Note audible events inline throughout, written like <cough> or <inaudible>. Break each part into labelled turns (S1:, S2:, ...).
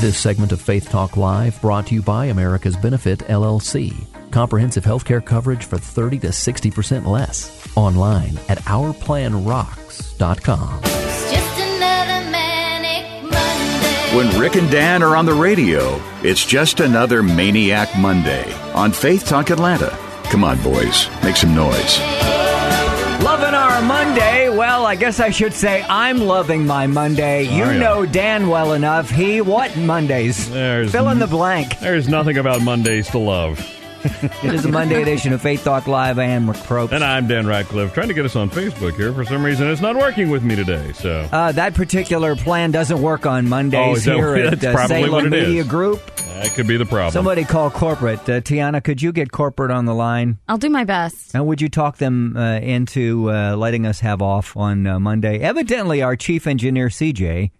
S1: This segment of Faith Talk Live brought to you by America's Benefit LLC. Comprehensive healthcare coverage for 30 to 60% less. Online at ourplanrocks.com.
S2: It's just another manic Monday.
S3: When Rick and Dan are on the radio, it's just another Maniac Monday on Faith Talk Atlanta. Come on, boys, make some noise.
S4: Loving our Monday. Well, I guess I should say I'm loving my Monday. You
S5: Are ya?
S4: know Dan well enough. He what Mondays?
S5: There's
S4: Fill in
S5: n-
S4: the blank.
S5: There's nothing about Mondays to love.
S4: It is a Monday edition of Faith Talk Live. I am Rick Probst.
S5: And I'm Dan Ratcliffe, trying to get us on Facebook here. For some reason, it's not working with me today. So
S4: Uh, that particular plan doesn't work on
S5: Oh,
S4: Mondays
S5: is that-
S4: here at
S5: <laughs> that's
S4: uh,
S5: probably
S4: Salem
S5: what it
S4: Media
S5: is.
S4: Group.
S5: that could be the problem.
S4: Somebody call corporate. Uh, Tiana, could you get corporate on the line?
S6: I'll do my best.
S4: And would you talk them uh, into uh, letting us have off on uh, Monday? Evidently, our chief engineer CJ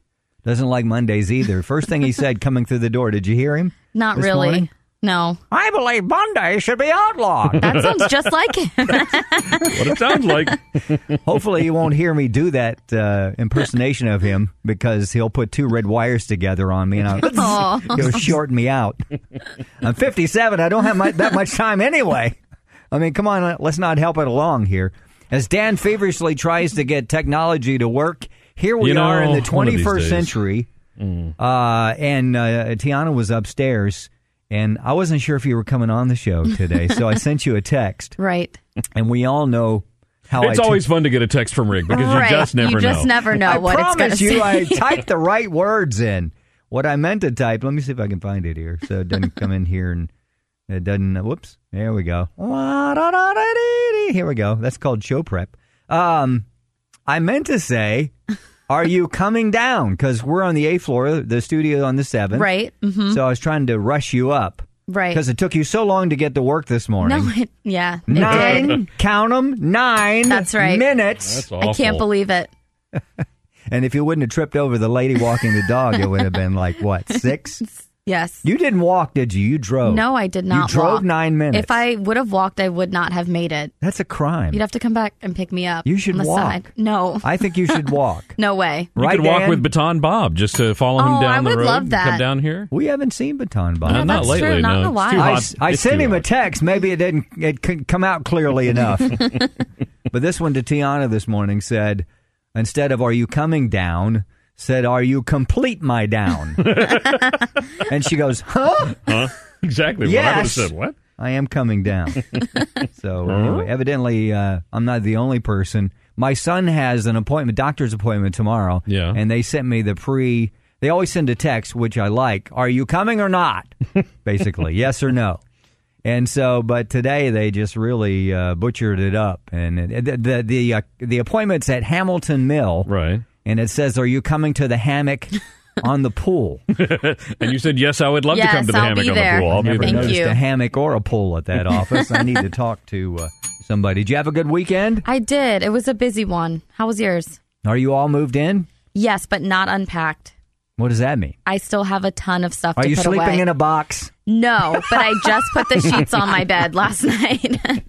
S4: doesn't like Mondays either. First thing <laughs> he said coming through the door, did you hear him?
S6: Not
S4: this
S6: really.
S4: morning?
S6: No.
S4: I believe Monday should be outlawed.
S6: That sounds just like him.
S5: what it sounds like.
S4: <laughs> Hopefully, you won't hear me do that uh, impersonation of him because he'll put two red wires together on me <laughs> and I'll,
S6: Aw.
S4: he'll shorten me out. I'm 57. I don't have my, that much time anyway. I mean, come on, let's not help it along here. As Dan feverishly tries to get technology to work, here we
S5: You know,
S4: are in the
S5: one of these
S4: 21st
S5: days. Mm.
S4: century. Uh, and uh, Tiana was upstairs, and I wasn't sure if you were coming on the show today, so I sent you a text.
S6: right.
S4: and we all know how
S5: It's
S4: Oh, I
S5: always fun to get a text from Rick because
S6: right.
S5: you just never
S6: you
S5: know.
S6: just never know
S4: I
S6: what it's going
S4: promise
S6: to
S4: you,
S6: say. <laughs>
S4: I typed the right words in. What I meant to type. Let me see if I can find it here, so it doesn't come in here and it doesn't. Whoops! There we go. Wa-da-da-da-dee-dee. Here we go. That's called show prep. Um, I meant to say, "Are you coming down?" Because we're on the eighth floor, the studio on the seventh.
S6: right. hmm
S4: So I was trying to rush you up
S6: Right.
S4: because it took you so long to get to work this morning.
S6: No, it, yeah. it did.
S4: Nine, count 'em, nine.
S6: That's right.
S4: Minutes.
S5: That's awful.
S6: I can't believe it.
S4: And if you wouldn't have tripped over the lady walking the dog, it would have been
S6: <laughs>
S4: like what six?
S6: Yes.
S4: You didn't walk, did you? You drove.
S6: no, I did not
S4: You drove
S6: walk.
S4: nine minutes.
S6: If I would have walked, I would not have made it.
S4: that's a crime.
S6: You'd have to come back and pick me up.
S4: You should
S6: on the
S4: walk.
S6: Side. No.
S4: I think you
S6: <laughs>
S4: should walk.
S6: no way.
S5: You
S4: right,
S5: could walk
S4: Dan?
S5: with Baton Bob just to follow
S6: Oh,
S5: him down
S6: I
S5: the
S6: would
S5: road.
S6: love
S5: and
S6: that.
S5: Come down here.
S4: we haven't seen Baton Bob.
S5: Uh, not
S6: that's
S5: lately.
S6: true, not
S5: no,
S6: in a
S5: It's too
S6: while.
S4: I,
S5: hot.
S4: s- I
S5: It's
S4: sent
S5: too
S4: him a
S5: hot.
S4: text. Maybe it didn't. It couldn't come out clearly enough. but this one to Tiana this morning said, instead of "Are you coming down?" said "Are you complete my down?" and she goes, "Huh."
S5: Exactly. What I would have
S4: Yes.
S5: said. What?
S4: I am coming
S5: <laughs>
S4: down. so anyway, evidently, uh, I'm not the only person. My son has an appointment, doctor's appointment tomorrow.
S5: Yeah.
S4: and they sent me the pre. They always send a text, which I like. Are you coming or not?
S5: <laughs>
S4: Basically, yes or no. And so, but today they just really uh, butchered it up, and it, the the the, uh, the appointment's at Hamilton Mill,
S5: Right.
S4: and it says, "Are you coming to the hammock on the pool?"
S5: And you said yes. I would love
S6: Yes,
S5: to come to the
S6: I'll
S5: hammock
S6: be
S5: on
S6: there.
S5: the pool. I'll
S4: Never
S5: be
S6: Thank
S5: there.
S4: noticed
S6: you.
S4: a hammock or a pole at that office. I need to talk to uh, somebody. Did you have a good weekend?
S6: I did. It was a busy one. How was yours?
S4: Are you all moved in?
S6: Yes, but not unpacked.
S4: What does that mean?
S6: I still have a ton of stuff
S4: Are
S6: to
S4: you
S6: put
S4: sleeping
S6: away.
S4: in a box?
S6: no, but I just put
S4: <laughs>
S6: the sheets on my bed last night. <laughs>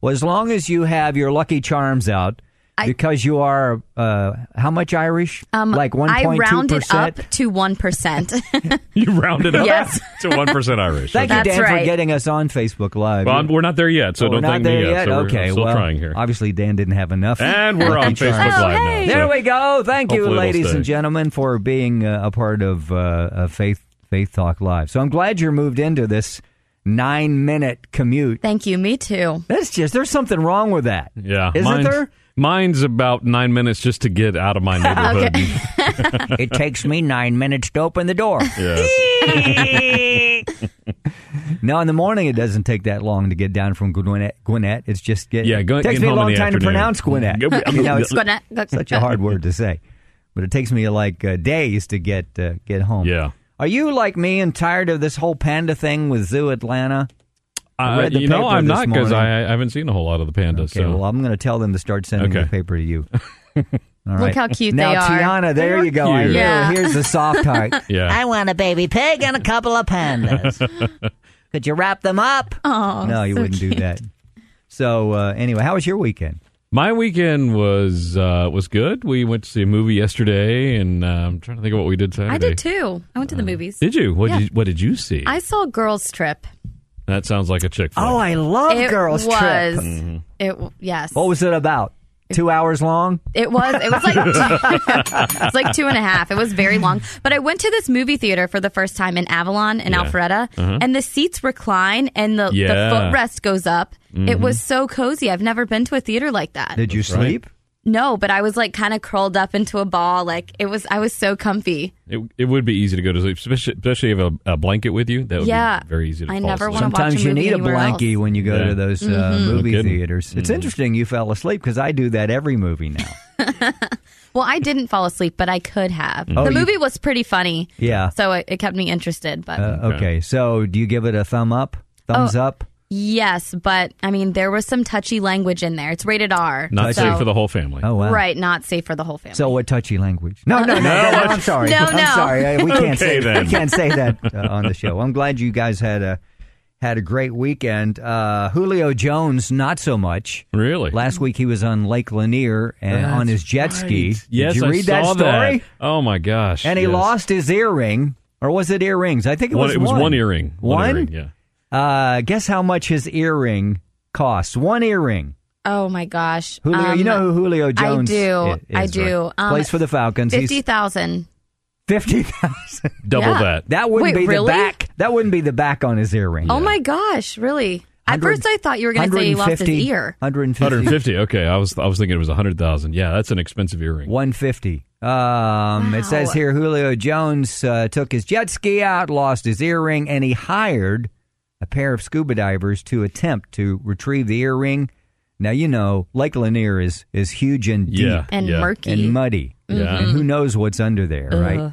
S4: Well, as long as you have your Lucky Charms out,
S6: I- Um,
S4: because you are uh, how much Irish? like one
S6: I
S4: point two
S6: rounded up
S4: percent.
S6: to one percent.
S5: <laughs>
S6: <laughs>
S5: You rounded up
S6: Yes.
S5: to one
S4: <laughs>
S5: percent Irish.
S4: Thank you,
S6: That's
S4: Dan, for
S6: right.
S4: getting us on Facebook Live.
S5: Well, I'm- we're not there yet, so
S4: Oh, we're
S5: don't
S4: not
S5: thank
S4: there
S5: me
S4: yet.
S5: yet. So we're-
S4: okay,
S5: we're still
S4: well,
S5: trying here.
S4: obviously Dan didn't have enough.
S5: <laughs> And we're
S4: Lucky
S5: on
S4: Charms.
S5: Facebook Live
S6: hey.
S5: now.
S4: There
S5: so-
S4: we go. Thank you,
S5: Hopefully it'll
S4: ladies and
S5: stay.
S4: gentlemen, for being uh, a part of uh, uh, Faith Faith Talk Live. So I'm glad you're moved into this nine minute commute.
S6: Thank you. Me too.
S4: That's just there's something wrong with that.
S5: Yeah.
S4: isn't
S5: mine's, <laughs>
S4: there?
S5: Mine's about nine minutes just to get
S4: <laughs>
S5: out of my neighborhood.
S4: it takes me nine minutes to open the
S5: <laughs>
S4: door. <laughs>
S5: Yes.
S4: now in the morning it doesn't take that long to get down from Gwinnett. Gwinnett, it's just get,
S5: Yeah, go-
S4: takes
S5: get
S4: me a
S5: home in
S4: long
S5: the
S4: time to
S5: afternoon. <laughs>
S4: pronounce Gwinnett.
S5: Go-
S4: You know, it's
S6: Gonna-
S4: such a hard word to say. but it takes me like uh, days to get uh, get home.
S5: Yeah.
S4: Are you like me and tired of this whole panda thing with Zoo Atlanta? I read the
S5: Uh, you know,
S4: paper
S5: I'm
S4: this
S5: not because
S4: morning.
S5: I, I haven't seen a whole lot of the pandas.
S4: Okay,
S5: so
S4: well, I'm going to tell them to start sending
S5: Okay.
S4: the paper
S6: <laughs>
S4: to you. All
S6: Look
S4: right.
S6: how cute
S4: now,
S6: they are.
S4: Tiana, there you go. I
S5: cute.
S4: knew.
S6: Yeah.
S4: Here's
S6: <laughs>
S4: the soft heart.
S5: yeah,
S4: want a baby pig and a couple of pandas. Could you wrap them up?
S6: Oh,
S4: no, you
S6: so
S4: wouldn't do
S6: cute.
S4: that. So uh, anyway, how was your weekend?
S5: my weekend was uh, was good. We went to see a movie yesterday, and uh, I'm trying to think of what we did Saturday.
S6: I did too. I went to the movies.
S5: Uh, Did you? What
S6: Yeah.
S5: did you, what did you see?
S6: I Oh, saw Girls Trip.
S5: that sounds like a chick flick.
S4: I love Mm-hmm.
S6: it was. It w- yes.
S4: What was it about? Two hours long.
S6: It was. It
S5: <laughs>
S6: was like it was like two <laughs> and a half. It was very long. But I went to this movie theater for the first time in Avalon in
S5: Yeah. Uh-huh.
S6: Alpharetta, and the seats recline and the, the
S5: Yeah. Mm-hmm.
S6: footrest goes up. It was so cozy. I've never been to a theater like that.
S4: Did you
S5: right.
S4: sleep?
S6: no, but I was like kind of curled up into a ball. Like it was. I was so comfy.
S5: it, it would be easy to go to sleep, especially, especially if you have a, a blanket with you. That would
S6: Yeah.
S5: be very easy to
S6: I
S5: fall
S6: never
S5: asleep.
S6: wanna- watch
S4: Sometimes
S6: a
S4: you
S6: movie
S4: need a
S6: anywhere
S4: blankie
S6: else. Mm-hmm.
S4: when you go
S5: Yeah.
S4: to those uh, movie
S5: kidding. Mm-hmm.
S4: theaters. It's interesting you fell asleep because I do that every movie now. <laughs>
S6: Well, I didn't fall asleep, but I could have.
S4: Oh,
S6: the
S4: you-
S6: movie was pretty funny.
S4: Yeah.
S6: So it, it kept me interested. But
S4: Uh, okay. so do you give it a thumb up? Thumbs
S6: Oh,
S4: up?
S6: yes, but I mean, there was some touchy language in there. It's rated R.
S5: Not
S6: so-
S5: safe for the whole family.
S4: Oh wow.
S6: Right, not safe for the whole family.
S4: So what touchy language? No, no, no. no, I'm
S6: <laughs>
S4: sorry.
S6: No, no.
S4: I'm sorry. I- We can't say
S5: Okay, then.
S4: we can't say that uh, on the show. I'm glad you guys had a had a great weekend. Uh, Julio Jones, not so much.
S5: Really?
S4: Last week he was on Lake Lanier and on his jet ski.
S5: Right. Yes,
S4: Did you
S5: I
S4: read
S5: saw
S4: that story?
S5: that. Oh my gosh!
S4: And he
S5: yes.
S4: lost his earring, or was it earrings? I think it
S5: One-
S4: was.
S5: it was
S4: one,
S5: one, earring.
S4: One.
S5: earring, yeah.
S4: Uh, guess how much his earring costs? One earring.
S6: oh my gosh,
S4: Julio,
S6: Um,
S4: you know who Julio Jones
S6: I do,
S4: i-
S6: I
S4: is,
S6: do.
S4: right?
S6: Um,
S4: Plays for the Falcons. He's-
S6: fifty thousand.
S4: 50,000.
S5: Double
S6: Yeah.
S5: that.
S4: <laughs> That wouldn't
S6: Wait,
S4: be
S6: really?
S4: the back. That wouldn't be the back on his earring.
S6: Oh my gosh, really? At
S4: 100
S6: first, I thought you were going to say he lost his
S4: 150
S6: ear.
S4: 150.
S5: 150. Okay, I was I was thinking it was 100,000. Yeah, that's an expensive earring.
S4: 150. Um, It says
S6: Wow.
S4: here Julio Jones uh, took his jet ski out, lost his earring, and he hired a pair of scuba divers to attempt to retrieve the earring. Now you know Lake Lanier is is huge and deep
S5: Yeah,
S6: And
S5: yeah.
S6: murky.
S4: and muddy,
S5: Yeah. Uh-huh.
S4: and who knows what's under there, right?
S6: Ugh.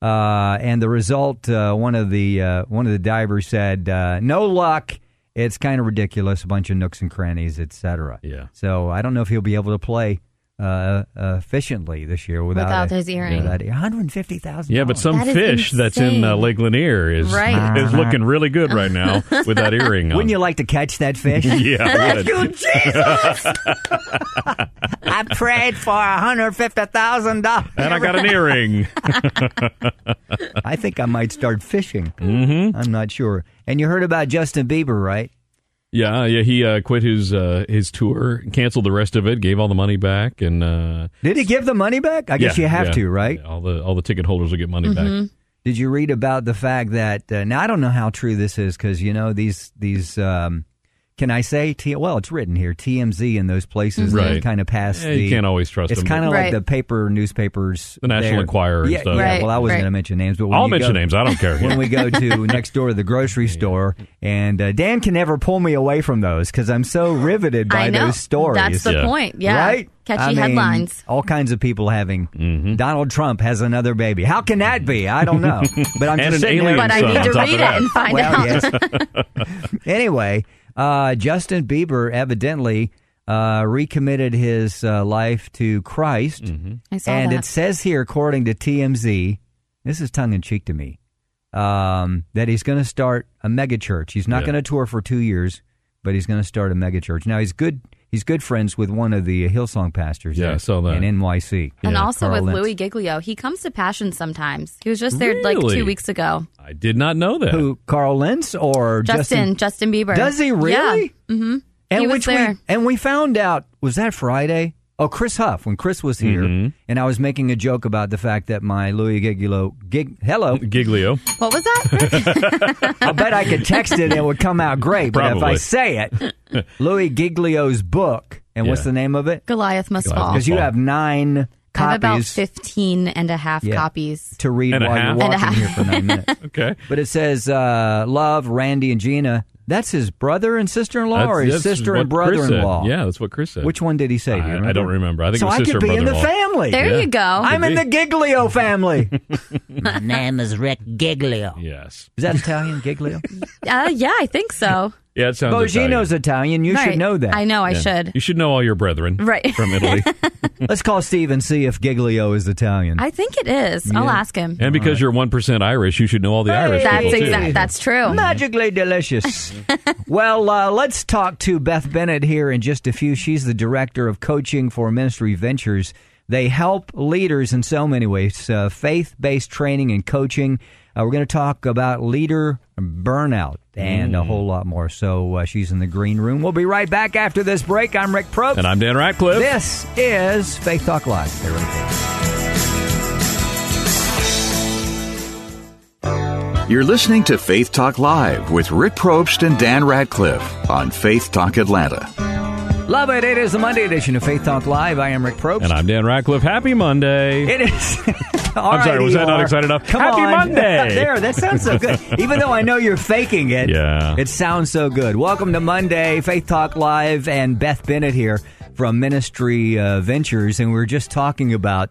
S4: Uh, and the result, uh, one of the uh, one of the divers said, uh, "No luck. It's kind of ridiculous. A bunch of nooks and crannies, etc."
S5: Yeah.
S4: So I don't know if he'll be able to play uh, efficiently this year without,
S6: Without
S4: a-
S6: his earring.
S4: Without one hundred fifty thousand.
S5: Yeah, but some
S6: That is
S5: fish that's in uh,
S6: insane.
S5: Lake Lanier is
S6: Right.
S5: is looking really good right
S4: <laughs>
S5: now with that earring on.
S4: Uh-huh. wouldn't you like to catch that fish? <laughs>
S5: <laughs> yeah, I would. <laughs>
S4: I prayed for hundred fifty thousand dollars.
S5: and I got
S4: <laughs>
S5: an earring.
S4: I think I might start fishing. Mm-hmm. I'm not sure. And you heard about Justin Bieber, right?
S5: Yeah, yeah. He uh, quit his uh, his tour, canceled the rest of it, gave all the money back, and uh,
S4: Did he give the money back? I guess
S5: yeah,
S4: you have
S5: yeah.
S4: to, right?
S5: Yeah, all the all the ticket holders will get money back.
S6: Mm-hmm.
S4: Did you read about the fact that uh, now I don't know how true this is because you know these these um, can I say T- well it's written here TMZ and those places
S5: Right.
S4: kind of pass
S5: Yeah,
S4: the
S5: you can't always trust
S4: it's
S5: them,
S4: kind of
S6: but-
S4: like
S6: Right.
S4: the paper newspapers
S5: The National
S4: there.
S5: Enquirer and
S4: yeah,
S5: stuff.
S4: yeah,
S6: Right,
S4: well I wasn't
S6: right.
S4: going to mention names but when
S5: I'll
S4: you
S5: mention
S4: go-
S5: names. I don't
S4: <laughs>
S5: care.
S4: when we go
S5: <laughs>
S4: to next door to the grocery store and uh, Dan can never pull me away from those because I'm so riveted by
S6: I know.
S4: those stories
S6: That's the
S5: Yeah.
S6: point. Yeah,
S4: Right?
S6: catchy
S4: I mean,
S6: headlines.
S4: All kinds of people having
S5: Mm-hmm.
S4: Donald Trump has another baby. How can that be? I don't
S5: <laughs>
S4: know. But I'm
S5: And
S4: just
S5: an
S4: sitting there-
S5: alien
S6: But I
S5: son
S6: need
S5: on
S6: to
S5: top of
S6: read it
S5: that.
S6: and find
S4: Well,
S6: out.
S4: yes. anyway, uh, Justin Bieber evidently uh, recommitted his uh, life to
S6: <laughs>
S4: Christ.
S5: Mm-hmm.
S6: I saw
S4: And
S6: that.
S4: it says here, according to TMZ, this is tongue in cheek to me, um, that he's going to start a megachurch. He's not
S5: Yeah.
S4: going to tour for two years, but he's going to start a megachurch. Now he's good. He's good friends with one of the Hillsong pastors.
S5: Yeah, I
S4: there
S5: saw that.
S4: in NYC.
S6: and
S5: Yeah,
S6: also
S4: Carl
S6: with
S4: Lentz.
S6: Louis Giglio, he comes to Passion sometimes. He was just there like
S5: Really?
S6: two weeks ago.
S5: I did not know that.
S4: Who? Carl Lentz or
S6: Justin,
S4: Justin?
S6: Justin, Bieber.
S4: Does he
S6: Yeah.
S4: really?
S6: Mm-hmm.
S4: And
S6: He was
S4: which
S6: there.
S4: we and we found out was that Friday. Oh, Chris Huff when Chris was here,
S5: Mm-hmm.
S4: and I was making a joke about the fact that my Louis Giglio gig. Hello,
S5: Giglio.
S6: What was that?
S5: <laughs>
S6: <laughs> Rick?
S4: I bet I could text it and it would come out great. But if I
S5: Probably.
S4: say it, Louis Giglio's book, and what's
S5: Yeah.
S4: the name of it?
S6: Goliath must
S5: Goliath
S6: fall.
S4: Because you
S5: Fall.
S4: have nine
S6: I have about
S4: copies
S6: 15 and a half
S4: Yeah.
S6: copies.
S4: to read
S5: And a
S4: while you're
S5: half.
S6: And a <laughs>
S4: watching here for nine minutes.
S5: Okay.
S4: But it says uh, love, Randy and Gina That's his brother and sister in law,
S5: That's-
S4: or his
S5: that's
S4: sister
S5: what
S4: and
S5: Chris
S4: brother in law.
S5: said. Yeah, that's what Chris said.
S4: Which one did he say? Do you
S5: I- I don't remember. I think it
S4: so
S5: was
S4: I
S5: sister
S4: could be in the
S5: brother-in-law.
S4: family.
S6: There
S5: Yeah.
S6: you go.
S4: I'm in the
S5: <laughs>
S4: Giglio family.
S7: My name is Rick Giglio.
S5: Yes.
S4: Is that Italian, Giglio?
S6: uh, yeah, I think so.
S5: Yeah, it sounds.
S4: Bogino's Italian. You
S6: Right.
S4: should know that.
S6: I know. I
S5: Italian. Yeah.
S6: should.
S5: You should know all your brethren,
S6: Right.
S8: <laughs>
S5: from Italy.
S4: Let's call Steve and see if Giglio is Italian.
S6: I think it is. I'll ask him.
S5: and because you're one percent Irish, you should know all the Irish.
S6: That's
S5: people, too.
S6: exact. That's true.
S4: Magically delicious. well, uh, let's talk to Beth Bennett here in just a few. She's the director of coaching for Ministry Ventures. They help leaders in so many ways uh, faith based training and coaching. Uh, we're going to talk about leader burnout and
S5: Mm.
S4: a whole lot more. So uh, she's in the green room. We'll be right back after this break. I'm Rick Probst.
S5: And I'm Dan Ratcliffe.
S4: This is Faith Talk Live. Stay right there.
S3: You're listening to Faith Talk Live with Rick Probst and Dan Ratcliffe on Faith Talk Atlanta.
S4: Love it. It is the Monday edition of Faith Talk Live. I am Rick Probst.
S5: And I'm Dan Ratcliffe. Happy Monday.
S4: It is. <laughs>
S5: I'm sorry, was that not excited enough?
S4: Come
S5: Happy
S4: on. <laughs>
S5: Monday!
S4: there, that sounds so
S5: <laughs>
S4: good. Even though I know you're faking it,
S5: Yeah.
S4: it sounds so good. Welcome to Monday, Faith Talk Live, and Beth Bennett here from Ministry uh, Ventures, and we were just talking about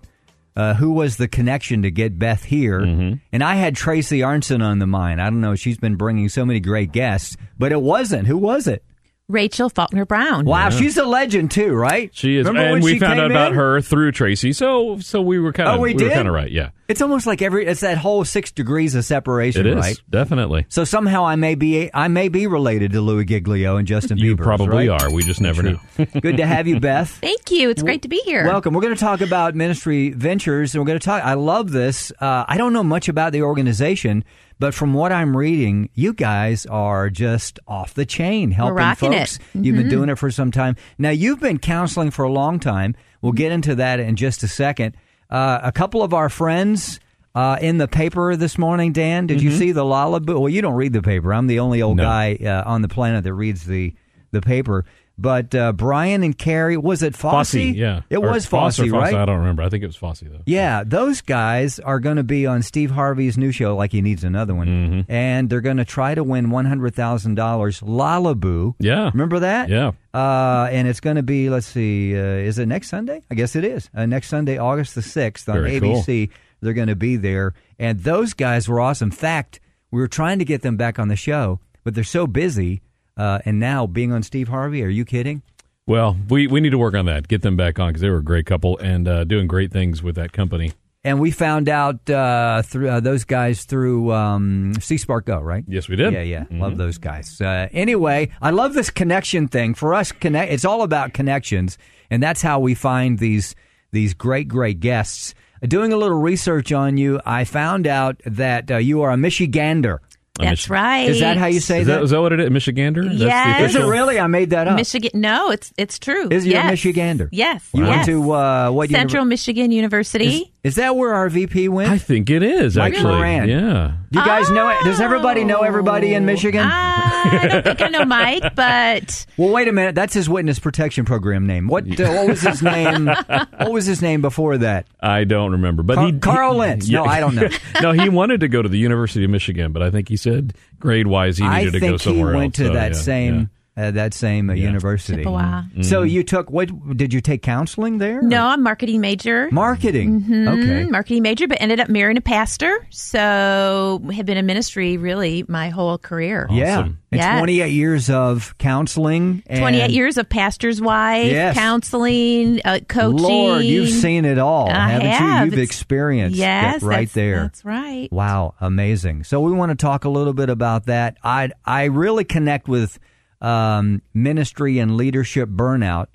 S4: uh, who was the connection to get Beth here,
S5: Mm-hmm.
S4: and I had Tracy Arnson on the mind. I don't know; she's been bringing so many great guests, but it wasn't. Who was it?
S8: Rachel Faulkner Brown.
S4: Wow, she's a legend too, right?
S5: She is,
S4: Remember
S5: and
S4: when
S5: we
S4: she
S5: found
S4: came
S5: out about
S4: in?
S5: her through Tracy. So, so we were kind of,
S4: Oh, we
S5: were
S4: did?
S5: kind of right. Yeah,
S4: It's almost like every it's that whole six degrees of separation,
S5: it is
S4: right?
S5: definitely.
S4: So somehow I may be I may be related to Louis Giglio and Justin
S5: You
S4: Bieber.
S5: probably are. We just never knew.
S4: Good to have
S5: <laughs>
S4: you, Beth.
S6: Thank you. It's great to be here.
S4: Welcome. We're going to talk about Ministry Ventures, and we're going to talk. I love this. Uh, I don't know much about the organization, but from what I'm reading, you guys are just off the chain helping
S6: rocking it. Mm-hmm.
S4: folks. You've been doing it for some time. Now you've been counseling for a long time. We'll get into that in just a second. Uh, a couple of our friends. Uh, in the paper this morning, Dan, did you see the Lollaboo? Well, you don't read the paper. I'm the only old guy uh, on the planet that reads the the paper. But uh, Brian and Carrie, was it Fosse?
S5: Fossey, yeah,
S4: It
S5: Or
S4: was
S5: Foss
S4: Fosse,
S5: or
S4: right?
S5: Fosse, I don't remember. I think it was Fosse though.
S4: Yeah, those guys are going to be on Steve Harvey's new show, like he needs another one,
S5: Mm-hmm.
S4: and they're going to try to win one hundred thousand dollars. Lalaboo,
S5: Yeah.
S4: remember that?
S5: Yeah.
S4: uh, and it's going to be. Let's see, uh, is it next Sunday? I guess it is. Uh, next Sunday, August the sixth on
S5: Very cool.
S4: ABC. They're going to be there, and those guys were awesome. In fact, we were trying to get them back on the show, but they're so busy. Uh, and now being on Steve Harvey, are you kidding?
S5: Well, we we need to work on that. Get them back on because they were a great couple and uh, doing great things with that company.
S4: And we found out uh, through uh, those guys through um, C Spark Go, right?
S5: Yes, we did. Mm-hmm.
S4: Yeah, yeah. Love those guys. Uh, anyway, I love this connection thing. For us, connect. It's all about connections, and that's how we find these these great, great guests. Doing a little research on you, I found out that uh, you are a Michigander.
S8: That's right.
S4: Is that how you say
S5: Is that, is that what it is? Michigander? That's the
S8: Yes.
S4: Is it
S5: official-
S4: really? I made that up.
S8: Michigan? No, it's it's true.
S4: Is you're a
S8: yes.
S4: Michigander?
S8: Yes.
S4: You went
S8: yes.
S4: to uh, what? univer-
S8: Central Michigan University.
S4: Is that where our VP went?
S5: I think it is
S4: Mike
S5: actually.
S4: Moran.
S5: Yeah.
S4: Do you guys know it? Does everybody know everybody in Michigan?
S8: Oh. Ah, I don't think
S4: <laughs>
S8: I know Mike, but
S4: Well, wait a minute. That's his witness protection program name. What uh, what was his name?
S5: <laughs>
S4: what was his name before that?
S5: I don't remember, but
S4: Car-
S5: he
S4: Carl
S5: he-
S4: Lentz.
S5: Yeah.
S4: No, I don't know.
S5: <laughs> no, he wanted to go to the University of Michigan, but I think he said grade wise he
S4: I
S5: needed to go
S4: think he
S5: somewhere
S4: went to
S5: else. So,
S4: that
S5: yeah,
S4: same uh, that same uh,
S5: Yeah. Mm-hmm.
S4: university.
S8: Chippewa.
S4: So you took what? Did you take counseling there?
S8: no, Mm-hmm. I'm marketing major.
S4: marketing. Okay.
S8: Marketing major, but ended up marrying a pastor. So have been in ministry really my whole career.
S4: Yeah.
S5: Awesome.
S4: And
S8: Yes.
S4: 28 years of counseling. And
S8: 28 years of pastor's wife,
S4: Yes.
S8: counseling, uh, coaching.
S4: Lord, you've seen it all,
S8: I
S4: haven't you?
S8: have.
S4: You've
S8: It's-
S4: experienced
S8: yes,
S4: that right
S8: that's-
S4: there.
S8: That's right.
S4: Wow, amazing. So we want to talk a little bit about that. I I really connect with um, ministry and leadership burnout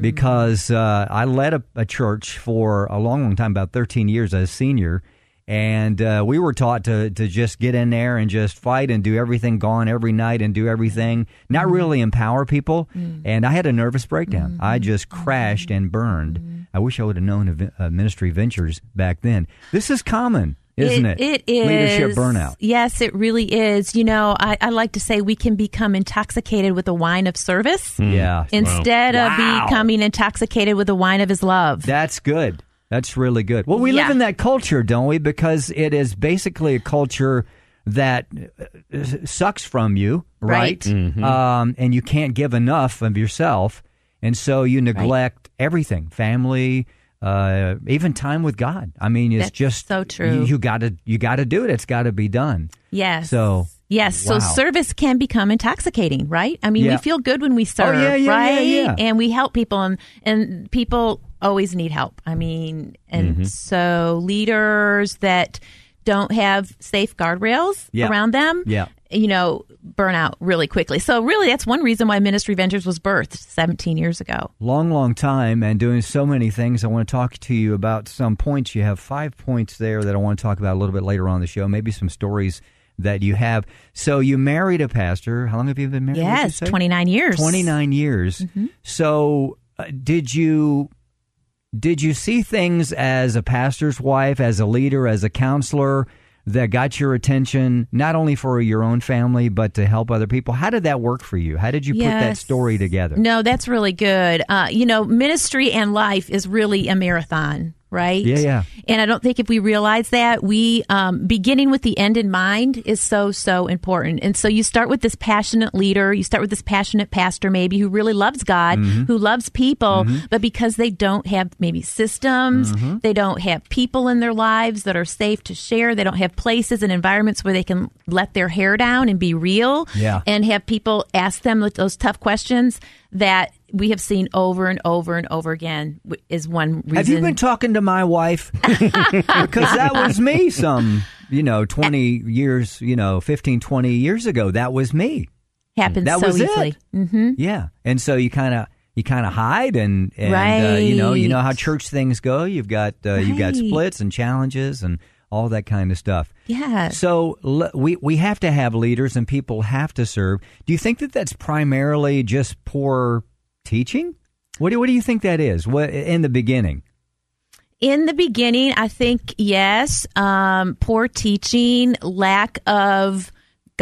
S4: because uh, I led a, a church for a long, long time, about 13 years as a senior. And uh, we were taught to, to just get in there and just fight and do everything, go on every night and do everything, not really empower people. And I had a nervous breakdown. I just crashed and burned. I wish I would have known of uh, ministry ventures back then. This is common isn't it?
S8: It is.
S4: Leadership burnout.
S8: Yes, it really is. You know, I, I like to say we can become intoxicated with the wine of service
S4: Yeah.
S8: instead of
S4: Wow.
S8: becoming intoxicated with the wine of his love.
S4: That's good. That's really good. Well, we live
S8: Yeah.
S4: in that culture, don't we? Because it is basically a culture that uh, sucks from you, right?
S8: Right.
S4: Um, and you can't give enough of yourself, and so you neglect everything, family, uh, even time with God. I mean, it's
S8: That's
S4: just
S8: so true.
S4: You, you gotta, you gotta do it. It's got to be done.
S8: Yes.
S4: So
S8: Yes,
S4: wow.
S8: so service can become intoxicating, right? I mean,
S4: Yeah. Oh,
S8: we feel good when we serve,
S4: yeah, yeah,
S8: right?
S4: yeah, yeah.
S8: And we help people, and and people always need help. I mean, and
S4: Mm-hmm.
S8: so leaders that don't have safe guardrails
S4: Yeah.
S8: around them,
S4: Yeah.
S8: you know, burn out really quickly. So really, that's one reason why Ministry Ventures was birthed 17 years ago.
S4: long, long time and doing so many things. I want to talk to you about some points. You have five points there that I want to talk about a little bit later on in the show. Maybe some stories that you have. So you married a pastor. How long have you been married? did you
S8: Yes,
S4: say?
S8: 29 years. Mm-hmm.
S4: 29 years. So uh, did you did you see things as a pastor's wife, as a leader, as a counselor that got your attention not only for your own family but to help other people? How did that work for you? How did you put that
S8: Yes.
S4: story together?
S8: No, that's really good. Uh, you know, ministry and life is really a marathon, right?
S4: Yeah, yeah.
S8: And I don't think if we realize that, we um, beginning with the end in mind is so so important. And so you start with this passionate leader, you start with this passionate pastor, maybe who really loves God,
S4: Mm-hmm.
S8: who loves people, but because they don't have maybe systems,
S4: Mm-hmm.
S8: they don't have people in their lives that are safe to share, they don't have places and environments where they can let their hair down and be real,
S4: Yeah.
S8: and have people ask them those tough questions that. We have seen over and over and over again w- is one reason.
S4: Have you been talking to my
S8: <laughs>
S4: wife? because that was me some, you know, 20 years, you know, 15, 20 years ago. That was me.
S8: happens
S4: That
S8: so
S4: was
S8: easily.
S4: it.
S8: Hmm?
S4: Mm-hmm. Yeah. And so you kind of. You kind of hide, and, and uh, you know you know how
S8: Right.
S4: church things go. You've got uh, you've got
S8: Right.
S4: splits and challenges and all that kind of stuff.
S8: Yes.
S4: So l- we we have to have leaders, and people have to serve. Do you think that that's primarily just poor teaching? What do, what do you think that is? What in the beginning?
S8: In the beginning, I think yes, um, poor teaching, lack of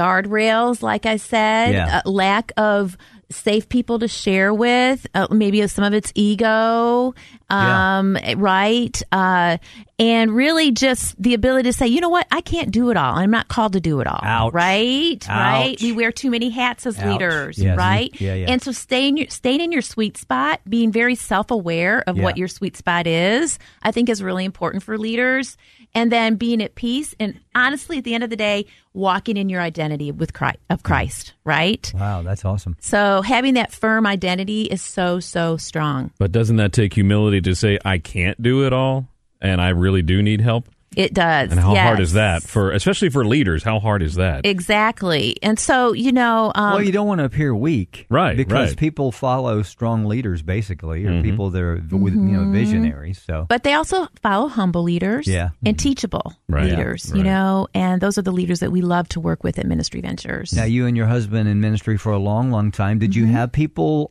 S8: guardrails, like I said,
S4: Yeah.
S8: uh, lack of safe people to share with. Uh, maybe some of it's ego,
S4: Yeah.
S8: um, right? Uh, and really just the ability to say, you know what, I can't do it all. I'm not called to do it all,
S4: Ouch.
S8: right? Right?
S4: Ouch.
S8: We wear too many hats as
S4: Ouch.
S8: leaders,
S4: Yes.
S8: right?
S4: Yeah, yeah.
S8: And so staying your, staying in your sweet spot, being very self aware of
S4: Yeah.
S8: what your sweet spot is, I think is really important for leaders. And then being at peace, and honestly, at the end of the day, walking in your identity with Christ, of Christ, right?
S4: Wow, that's awesome.
S8: So having that firm identity is so so strong.
S5: But doesn't that take humility to say I can't do it all and I really do need help?
S8: It does.
S5: And how
S8: yes.
S5: hard is that for especially for leaders? How hard is that?
S8: Exactly. And so you know, um,
S4: well, you don't want to appear weak,
S5: Right,
S4: Because
S5: right.
S4: people follow strong leaders, basically, or people that are v- with you
S8: Mm-hmm.
S4: know visionaries. So,
S8: but they also follow humble leaders
S4: Yeah.
S8: and teachable
S5: Right.
S8: leaders,
S5: Yeah.
S8: you
S5: Right.
S8: know, and those are the leaders that we love to work with at Ministry Ventures.
S4: now you and your husband in ministry for a long, long time. Did
S8: Mm-hmm.
S4: you have people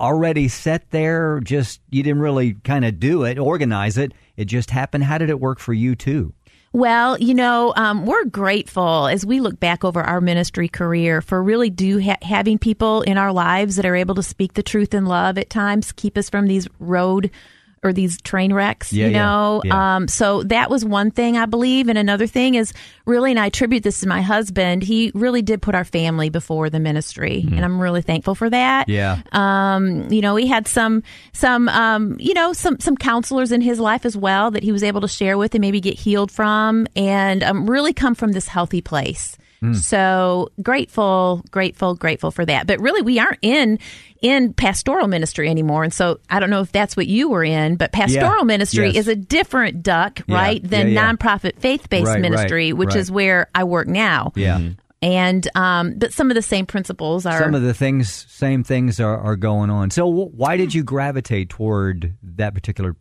S4: already set there? Just you didn't really kind of do it, organize it. It just happened. How did it work for you too?
S8: Well, you know, um, we're grateful as we look back over our ministry career for really do ha- having people in our lives that are able to speak the truth in love at times, keep us from these road or these train wrecks,
S4: Yeah,
S8: you
S4: yeah,
S8: know.
S4: yeah.
S8: Um, so that was one thing I believe, and another thing is really, and I attribute this to my husband. He really did put our family before the ministry,
S4: Mm-hmm.
S8: and I'm really thankful for that
S4: Yeah,
S8: um, you know, he had some some um, you know some some counselors in his life as well that he was able to share with and maybe get healed from, and um, really come from this healthy place.
S4: Hmm.
S8: So grateful, grateful, grateful for that. But really, we aren't in in pastoral ministry anymore, and so I don't know if that's what you were in, but pastoral ministry
S4: Yes.
S8: is a different duck,
S4: Yeah.
S8: right, than
S4: Yeah, yeah.
S8: nonprofit faith based
S4: Right, right,
S8: ministry, which
S4: right.
S8: is where I work now.
S4: yeah.
S8: And um, but some of the same principles are
S4: Some of the things, same things are, are going on. So, wh- why did you gravitate toward that particular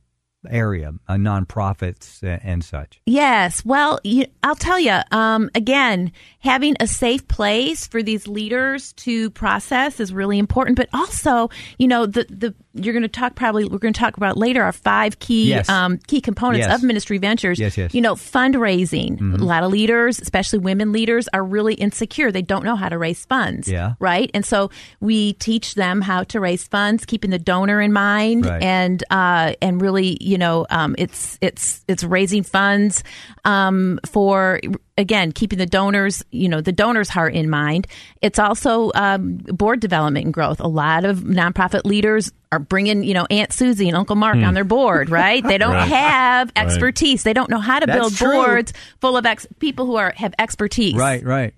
S4: area, uh, nonprofits a- and such?
S8: Yes. Well, you, I'll tell you, um, again, having a safe place for these leaders to process is really important. But also, you know, the, the you're going to talk probably, we're going to talk about later our five key
S4: Yes.
S8: um, key components
S4: Yes.
S8: of Ministry Ventures.
S4: Yes, yes. Mm-hmm.
S8: You know, fundraising. A lot of leaders, especially women leaders, are really insecure. They don't know how to raise funds.
S4: Yeah.
S8: Right. And so we teach them how to raise funds, keeping the donor in mind
S4: Right.
S8: and uh, and really, you know, um, it's it's it's raising funds um, for again keeping the donors you know the donors heart in mind it's also um, board development and growth a lot of nonprofit leaders are bringing you know aunt susie and uncle
S4: Hmm.
S8: mark on their board right they
S4: <laughs>
S8: don't
S5: Right.
S8: have expertise they don't know how to
S4: That's
S8: build
S4: true.
S8: boards full of ex- people who are have expertise
S4: Right, right,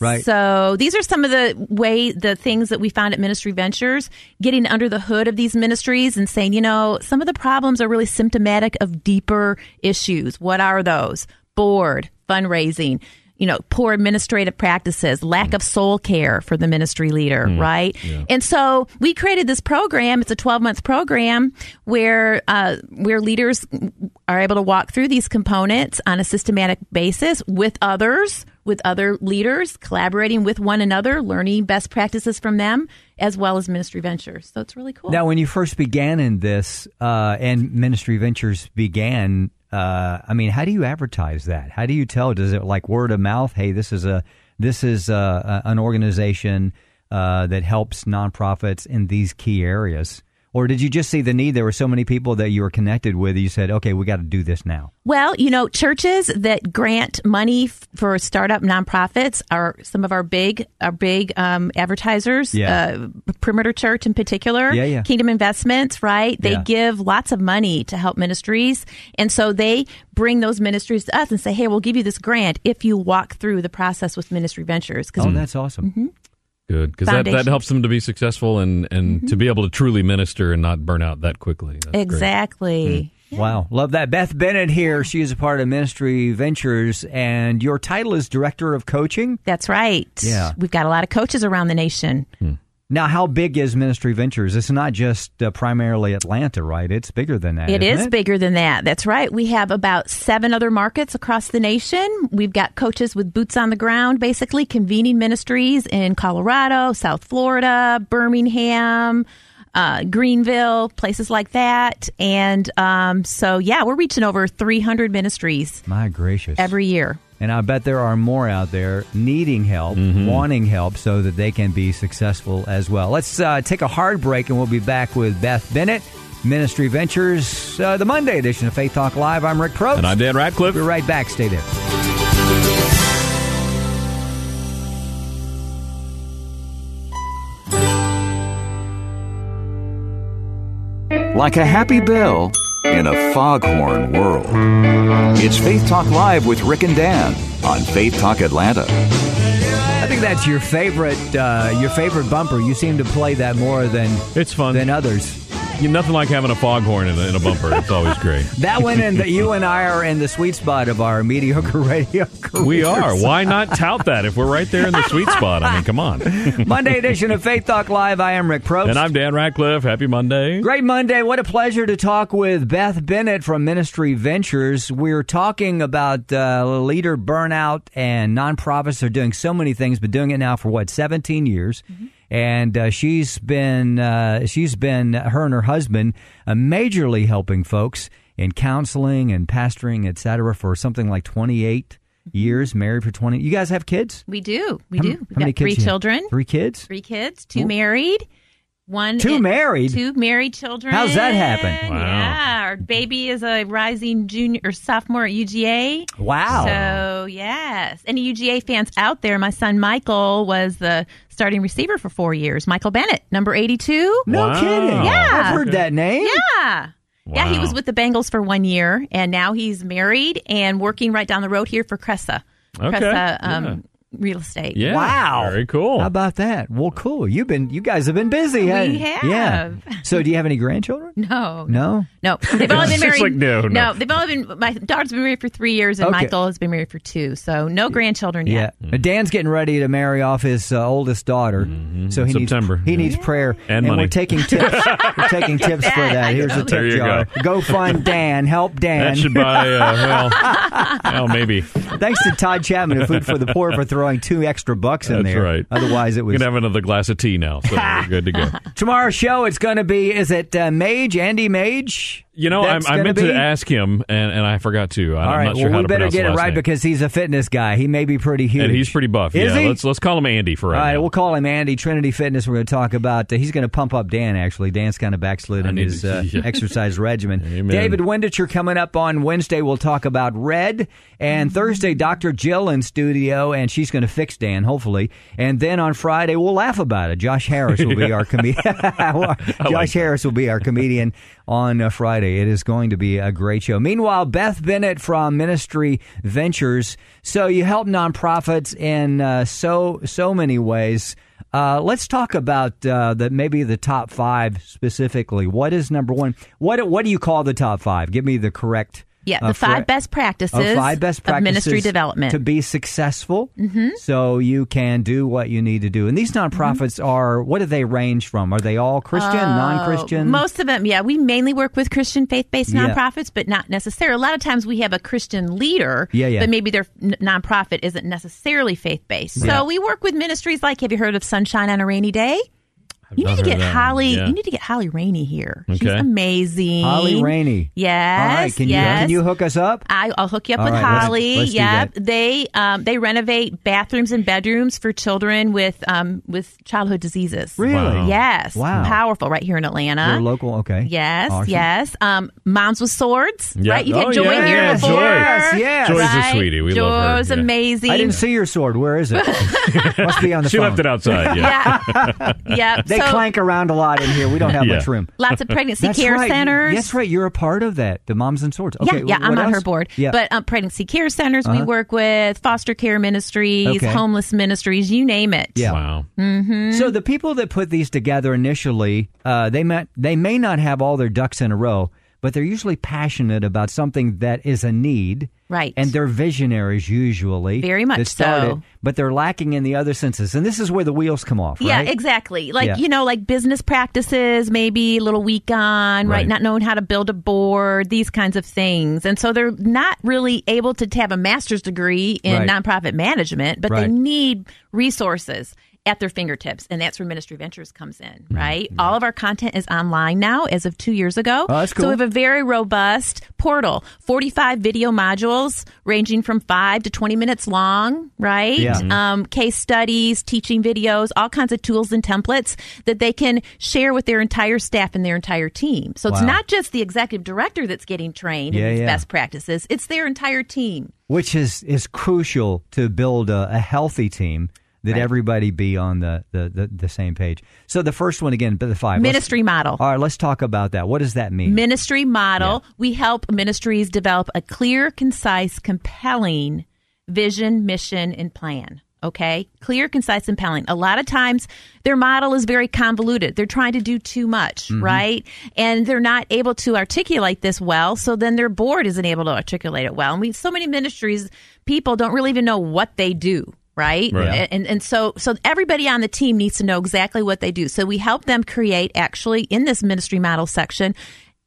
S4: right.
S8: so these are some of the way the things that we found at Ministry Ventures, getting under the hood of these ministries and saying, you know, some of the problems are really symptomatic of deeper issues. What are those? Board, fundraising, you know, poor administrative practices, lack of soul care for the ministry leader, right? And so we created this program. It's a 12 month program where uh, where leaders are able to walk through these components on a systematic basis with others with other leaders, collaborating with one another, learning best practices from them, as well as ministry ventures. So it's really cool.
S4: Now, when you first began in this, uh, and Ministry Ventures began, uh, I mean, how do you advertise that? How do you tell? Does it like word of mouth? Hey, this is a this is uh, a, a- an organization uh, that helps nonprofits in these key areas. Or did you just see the need? There were so many people that you were connected with. You said, "Okay, we got to do this now."
S8: Well, you know, churches that grant money f- for startup nonprofits are some of our big, our big um, advertisers.
S4: Yeah.
S8: Uh, Perimeter Church in particular,
S4: Yeah, yeah.
S8: Kingdom Investments, right? They
S4: Yeah.
S8: give lots of money to help ministries, and so they bring those ministries to us and say, "Hey, we'll give you this grant if you walk through the process with Ministry Ventures." Because
S4: Oh, that's awesome.
S5: Good, because that, that
S8: Foundation. Mm-hmm.
S5: helps them to be successful and, and to be able to truly minister and not burn out that quickly. That's great.
S8: exactly.
S4: Hmm. Wow, love that. Beth Bennett here. She is a part of Ministry Ventures, and your title is Director of Coaching.
S8: That's right.
S4: Yeah.
S8: We've got a lot of coaches around the nation.
S4: Now, how big is Ministry Ventures? It's not just uh, primarily Atlanta, right? It's bigger than that.
S8: It
S4: isn't
S8: is bigger than that. That's right. We have about seven other markets across the nation. We've got coaches with boots on the ground, basically convening ministries in Colorado, South Florida, Birmingham, uh, Greenville, places like that. And um, so, yeah, we're reaching over 300 ministries
S4: My gracious.
S8: every year.
S4: and I bet there are more out there needing help, wanting help, so that they can be successful as well. Let's uh, take a hard break, and we'll be back with Beth Bennett, Ministry Ventures, uh, the Monday edition of Faith Talk Live. I'm Rick Probst.
S5: And I'm Dan Radcliffe.
S4: We'll be right back. Stay there.
S3: Like a happy bell in a foghorn world. It's Faith Talk Live with Rick and Dan on Faith Talk Atlanta.
S4: I think that's your favorite, uh, your favorite bumper. You seem to play that more than
S5: It's fun.
S4: than others.
S5: You- nothing like having a foghorn in a, in a bumper. It's always great.
S4: That one and the, you and I are in the sweet spot of our mediocre <laughs> radio careers.
S5: We are. Why not tout that if we're right there in the sweet spot? I mean,
S4: <laughs>
S5: come on. And
S4: Monday edition of Faith Talk Live. I am Rick Probst.
S5: I'm Dan Radcliffe. Happy Monday.
S4: Great Monday. What a pleasure to talk with Beth Bennett from Ministry Ventures. We're talking about uh, leader burnout and nonprofits are doing so many things, but doing it now for what, 17 years?
S8: Mm-hmm.
S4: And uh, she's been, uh, she's been, her and her husband, uh, majorly helping folks in counseling and pastoring, et cetera, for something like 28 years, married for 20. You guys have kids?
S8: We do. Mm-hmm. We
S4: How
S8: do.
S4: m-
S8: We've
S4: how many kids
S8: got three
S4: you have?
S8: children,
S4: Three kids?
S8: three kids, two married. One
S4: Two
S8: and-
S4: married?
S8: two married children.
S4: How's that happen?
S5: Wow.
S8: Yeah, our baby is a rising junior or sophomore at UGA.
S4: Wow.
S8: So yes, any UGA fans out there? My son Michael was the starting receiver for four years. Michael Bennett, number eighty-two.
S4: No
S5: Wow.
S4: kidding.
S5: Yeah.
S4: I've heard that name.
S8: Yeah. Yeah, he
S5: Wow.
S8: was with the Bengals for one year, and now he's married and working right down the road here for Cressa.
S5: Okay.
S8: Cressa um, Real Estate.
S5: Yeah.
S4: Wow.
S5: Very cool.
S4: How about that? Well, cool. You've been you guys have been busy. haven't-
S8: have.
S4: Yeah. So do you have any grandchildren?
S8: No,
S4: No. <laughs>
S8: No, they've only been
S5: It's
S8: married.
S5: like, no, no.
S8: they've only been. My daughter's been married for three years, and
S4: Okay.
S8: Michael has been married for two. So no grandchildren
S4: Yeah.
S8: yet.
S5: Mm-hmm.
S4: Dan's getting ready to marry off his uh, oldest daughter. So he
S5: Mm-hmm. September.
S4: needs he
S5: Yeah.
S4: needs prayer
S5: And money.
S4: we're taking
S5: <laughs>
S4: tips. we're taking tips for that. Here's a tip
S5: There you
S4: jar. Go. fund Dan. Help Dan. <laughs>
S5: That should buy, uh, well, well, maybe.
S4: Thanks to Todd Chapman of Food for the Poor for throwing two extra bucks in
S5: That's
S4: there.
S5: right.
S4: Otherwise, it
S5: We're
S4: was
S5: going to have another glass of
S4: <laughs>
S5: tea now, so we're good to go.
S4: tomorrow's show. It's going to be is it uh, Mage Andy Mage?
S5: You know, I'm,
S4: That's
S5: I
S4: gonna
S5: meant
S4: be-
S5: to ask him, and, and I forgot to. I'm
S4: All right,
S5: not sure
S4: well,
S5: how
S4: we
S5: to
S4: better
S5: pronounce
S4: get
S5: the
S4: it
S5: last
S4: right
S5: name.
S4: because he's a fitness guy. He may be pretty huge.
S5: and he's pretty buff.
S4: Is
S5: yeah,
S4: he?
S5: let's let's call him Andy for right,
S4: All right,
S5: now.
S4: we'll call him Andy Trinity Fitness. We're going to talk about. Uh, he's going to pump up Dan. Actually, Dan's kind of backslid in
S5: need
S4: his
S5: to-
S4: uh,
S5: <laughs> yeah.
S4: exercise regimen.
S5: Amen.
S4: David Winditcher coming up on Wednesday. We'll talk about red and Thursday. Dr. Jill in studio, and she's going to fix Dan hopefully. And then on Friday we'll laugh about it. Josh Harris will be our comedian. <laughs> Josh Harris will be our comedian on uh, Friday. It is going to be a great show. Meanwhile, Beth Bennett from Ministry Ventures. So you help nonprofits in uh, so so many ways. Uh, let's talk about uh, the maybe the top five specifically. What is number one? What what do you call the top five? Give me the correct.
S8: Yeah,
S4: uh,
S8: the five
S4: correct-
S8: best practices,
S4: of five best
S8: of
S4: practices
S8: ministry development. Mm-hmm.
S4: to be successful. So you can do what you need to do. And these nonprofits are what do they range from? Are they all Christian,
S8: Uh,
S4: non-Christian?
S8: Most of them, yeah. We mainly work with Christian faith-based
S4: Yeah.
S8: nonprofits, but not necessarily. A lot of times we have a Christian leader,
S4: Yeah, yeah.
S8: but maybe their n- nonprofit isn't necessarily faith-based.
S4: Yeah.
S8: So we work with ministries like, have you heard of Sunshine on a Rainy Day? You
S5: not
S8: need to
S5: heard
S8: get
S5: of that one,
S8: Holly.
S5: yeah.
S8: You need to get Holly Rainey here. She's
S5: Okay.
S8: amazing.
S4: Holly Rainey.
S8: Yes.
S4: all right, can
S8: yes.
S4: you can you hook us up?
S8: I, I'll hook you up
S4: All
S8: with
S4: right, let's-
S8: Holly.
S4: let's do
S8: yep,
S4: that.
S8: they um, they renovate bathrooms and bedrooms for children with um, with childhood diseases.
S4: Really?
S5: Wow.
S8: Yes.
S4: Wow.
S8: Powerful, right here in Atlanta.
S4: Your local, okay?
S8: Uh-huh. Yes,
S4: Awesome.
S8: yes. Um, Moms with swords,
S5: Yeah.
S8: right? You had
S5: Oh,
S8: Joy
S5: yeah,
S8: here
S5: yeah,
S8: before.
S4: Joy. Yes, yes.
S5: Joy's a
S8: Right?
S5: sweetie. We
S8: Joy's
S5: love her, yeah.
S8: amazing.
S4: I didn't see your sword. Where is it? Must be on the
S5: She
S4: phone.
S5: left it outside. Yeah.
S8: <laughs> Yeah. yep.
S4: They
S8: so,
S4: clank around a lot in here. We don't have
S5: Yeah.
S4: much room.
S8: Lots of
S4: <laughs>
S8: pregnancy
S4: That's
S8: care
S4: right.
S8: centers.
S4: That's right. You're a part of that. The Moms and Swords. Okay,
S8: yeah, yeah,
S4: wh-
S8: I'm
S4: what
S8: on her
S4: else?
S8: board.
S4: Yeah. Uh-huh.
S8: But um, pregnancy care centers we work with, foster care ministries,
S4: Okay.
S8: homeless ministries, you name it.
S4: <laughs> Yeah.
S5: Wow.
S8: mm.
S4: So the people that put these together initially, uh, they may, they may not have all their ducks in a row, but they're usually passionate about something that is a need.
S8: Right.
S4: And they're visionaries usually.
S8: Very much
S4: that start
S8: so.
S4: it, But they're lacking in the other senses. And this is where the wheels come off,
S8: Yeah,
S4: right?
S8: exactly. Like
S4: Yeah.
S8: you know, like business practices, maybe a little weak on, right.
S5: Right.
S8: Not knowing how to build a board, these kinds of things, and so they're not really able to have a master's degree in
S4: Right.
S8: nonprofit management, but they
S4: Right.
S8: need resources at their fingertips, and that's where Ministry Ventures comes in,
S4: Mm-hmm.
S8: right? All of our content is online now, as of two years ago.
S4: Oh, that's
S8: So
S4: cool.
S8: we have a very robust portal, forty-five video modules ranging from five to twenty minutes long, right?
S4: Yeah. Mhm.
S8: um, case studies, teaching videos, all kinds of tools and templates that they can share with their entire staff and their entire team. So it's
S4: Wow.
S8: not just the executive director that's getting trained
S4: Yeah,
S8: in these
S4: yeah.
S8: best practices, it's their entire team.
S4: Which is, is crucial to build a, a healthy team that everybody be on the, the, the, the same page. So the first one again, but the five. Let's-
S8: Ministry model.
S4: All right, let's talk about that. What does that mean?
S8: Ministry model. We help ministries develop a clear, concise, compelling vision, mission, and plan. Okay? Clear, concise, and compelling. A lot of times their model is very convoluted. They're trying to do too much, right? And they're not able to articulate this well. So then their board isn't able to articulate it well. And we so many ministries, people don't really even know what they do. Right?
S5: Right.
S8: and and so so everybody on the team needs to know exactly what they do so we help them create actually in this ministry model section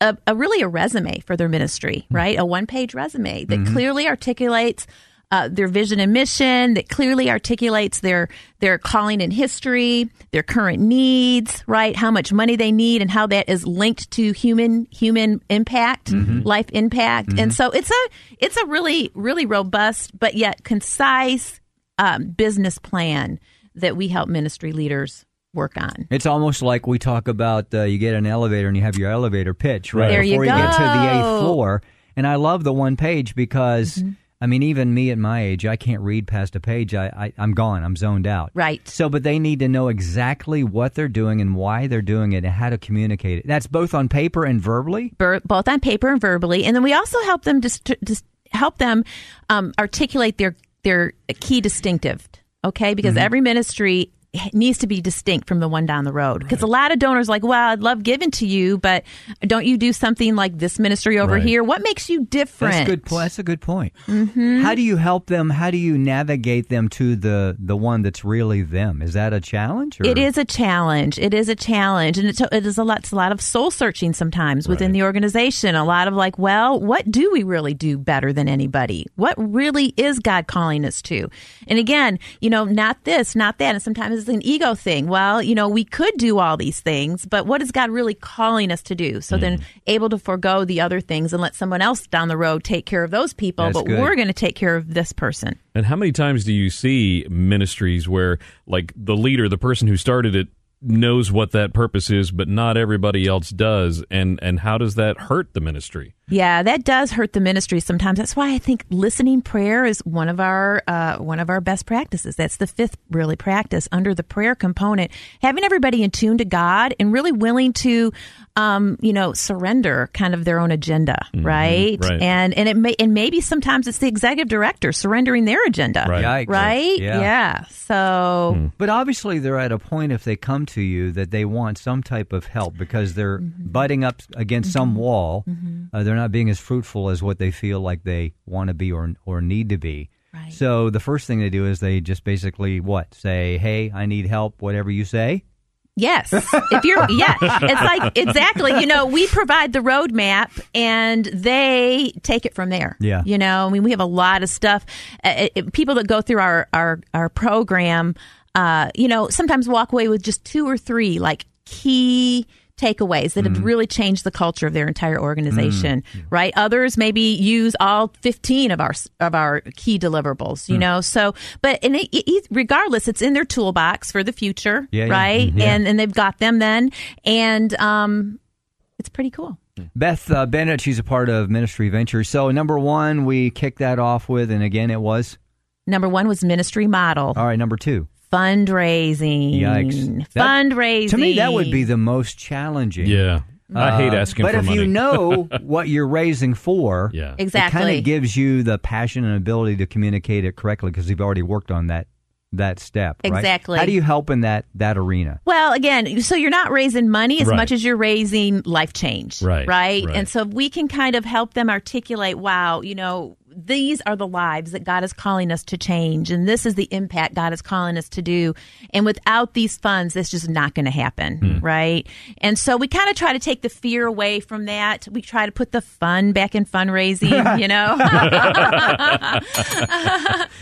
S8: a, a really a resume for their ministry right a one page resume that clearly articulates uh, their vision and mission that clearly articulates their their calling and history, their current needs, right? How much money they need and how that is linked to human human impact, life impact, and so it's a it's a really really robust but yet concise, um, business plan that we help ministry leaders work on.
S4: It's almost like we talk about uh, you get an elevator and you have your elevator pitch right
S8: There you
S4: before you, get to the eighth
S8: go. Mm-hmm.
S4: floor. And I love the one page because I mean, even me at my age, I can't read past a page. I, I I'm gone. I'm zoned out.
S8: Right.
S4: So, but they need to know exactly what they're doing and why they're doing it and how to communicate it. That's both on paper and verbally.
S8: Ver- both on paper and verbally, and then we also help them just, just help them um, articulate their their key distinctive. Okay, because
S4: Mm-hmm.
S8: every ministry needs to be distinct from the one down the road. Because a lot of donors are like, well, I'd love giving to you, but don't you do something like this ministry over
S5: Right.
S8: here? What makes you different? Mm-hmm.
S4: That's good. po- That's a good point. How do you help them? How do you navigate them to the the one that's really them? Is that a challenge? Or?
S8: It is a challenge. It is a challenge, and it's, it is a lot. It's a lot of soul searching sometimes within the organization. A lot of like, well, what do we really do better than anybody? What really is God calling us to? And again, you know, not this, not that, and sometimes is an ego thing. Well, you know, we could do all these things, but what is God really calling us to do? So
S4: Mm.
S8: then able to forego the other things and let someone else down the road take care of those people,
S4: That's
S8: but
S4: good.
S8: we're going to take care of this person.
S5: And how many times do you see ministries where, like, the leader, the person who started it, knows what that purpose is, but not everybody else does? And and how does that hurt the ministry?
S8: Yeah, that does hurt the ministry sometimes. That's why I think listening prayer is one of our uh, one of our best practices. That's the fifth really practice under the prayer component. Having everybody in tune to God and really willing to, um, you know, surrender kind of their own agenda, right?
S5: Mm-hmm. right.
S8: And and it may and maybe sometimes it's the executive director surrendering their agenda,
S5: Right. Hmm.
S4: Yikes.
S8: right?
S4: Yeah.
S8: So
S4: But obviously, they're at a point if they come to you that they want some type of help because they're
S8: Mm-hmm.
S4: butting up against some wall. Uh, they're not being as fruitful as what they feel like they want to be or or need to be.
S8: Right.
S4: So the first thing they do is they just basically what say, "Hey, I need help. Whatever you say."
S8: Yes. If you're, yeah, it's like exactly. You know, we provide the roadmap and they take it from there.
S4: Yeah.
S8: You know, I mean, we have a lot of stuff. Uh, it- people that go through our our our program, uh, you know, sometimes walk away with just two or three like key takeaways that have really changed the culture of their entire organization right others maybe use all 15 of our s- of our key deliverables you know so but and it, it, regardless it's in their toolbox for the future
S4: Yeah, yeah.
S8: right?
S4: Mhm. Yeah.
S8: And and they've got them then, and um, it's pretty cool.
S4: Beth uh, Bennett, she's a part of Ministry Ventures. So number one, we kicked that off with, and again, it was
S8: Number one was ministry model
S4: all right. Number two,
S8: fundraising.
S4: Oh. yikes, That-
S8: Mm, fundraising.
S4: To me, that would be the most challenging.
S5: Yeah, I hate
S4: Uh,
S5: asking
S4: But
S5: for
S4: if
S5: money.
S4: you
S5: <laughs>
S4: know what you're raising for, <laughs>
S5: yeah,
S4: it kind
S8: exactly.
S4: of gives you the passion and ability to communicate it correctly because you've already worked on that that step. right?
S8: Exactly.
S4: How do you help in that that arena?
S8: Well, again, so you're not raising money as
S5: Right.
S8: much as you're raising life change.
S5: Right,
S8: Right.
S5: right.
S8: And so we can kind of help them articulate wow, you know, these are the lives that God is calling us to change, and this is the impact God is calling us to do. And without these funds, that's just not going to happen.
S5: Hmm.
S8: Right. And so we kind of try to take the fear away from that. We try to put the fun back in
S5: <laughs>
S8: fundraising, you <laughs> know?